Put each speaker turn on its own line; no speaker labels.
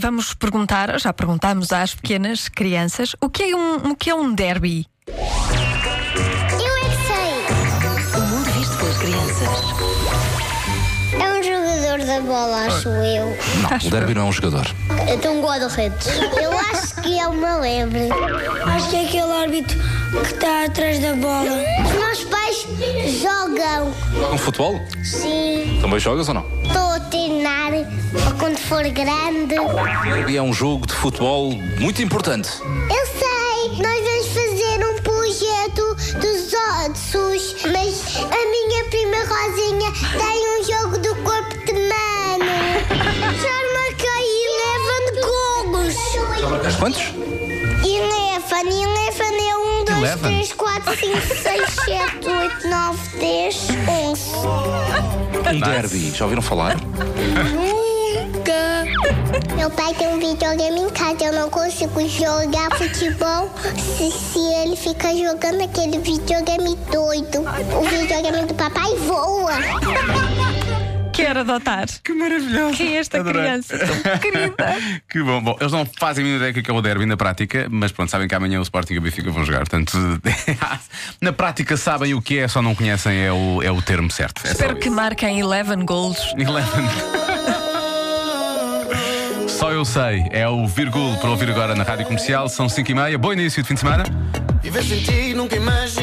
Vamos perguntar, já perguntámos às pequenas crianças, o que é um, o que é um derby?
Eu é que sei!
O mundo visto pelas crianças.
É um jogador da bola, acho eu.
Acho
O derby não é um jogador.
Então guarda-redes. Eu acho que é uma lebre.
Acho que é aquele árbitro que está atrás da bola.
Os meus pais jogam.
Joga um futebol?
Sim.
Também jogas ou não?
Estou a treinar para quando for grande.
O derby é um jogo de futebol muito importante.
Eu sei, nós vamos fazer um projeto dos ossos, mas a minha prima Rosinha tem um jogo do corpo de mano. Chama que e levam cogos.
Mas quantos?
Eleven, Eleven é 1, 2,
Eleven?
3, 4, 5, 6, 7, 8, 9, 10, 11.
Um derby. Já ouviram falar?
Meu pai tem um videogame em casa, eu não consigo jogar futebol se, se ele fica jogando aquele videogame doido. O videogame do papai voa.
Quer adotar?
Que maravilhoso!
Quem é esta
Adorei.
criança tão querida?
Que bom, bom, eles não fazem a mínima ideia do que é o derby na prática, mas pronto, sabem que amanhã o Sporting e o Benfica vão jogar. Portanto, na prática sabem o que é, só não conhecem é o, é o termo certo. É só
Espero que
isso.
marquem 11 gols.
Eleven. Só eu sei, é o Virgul para ouvir agora na rádio comercial, são 5 e meia. Bom início de fim de semana.
Viver sem ti nunca imaginei.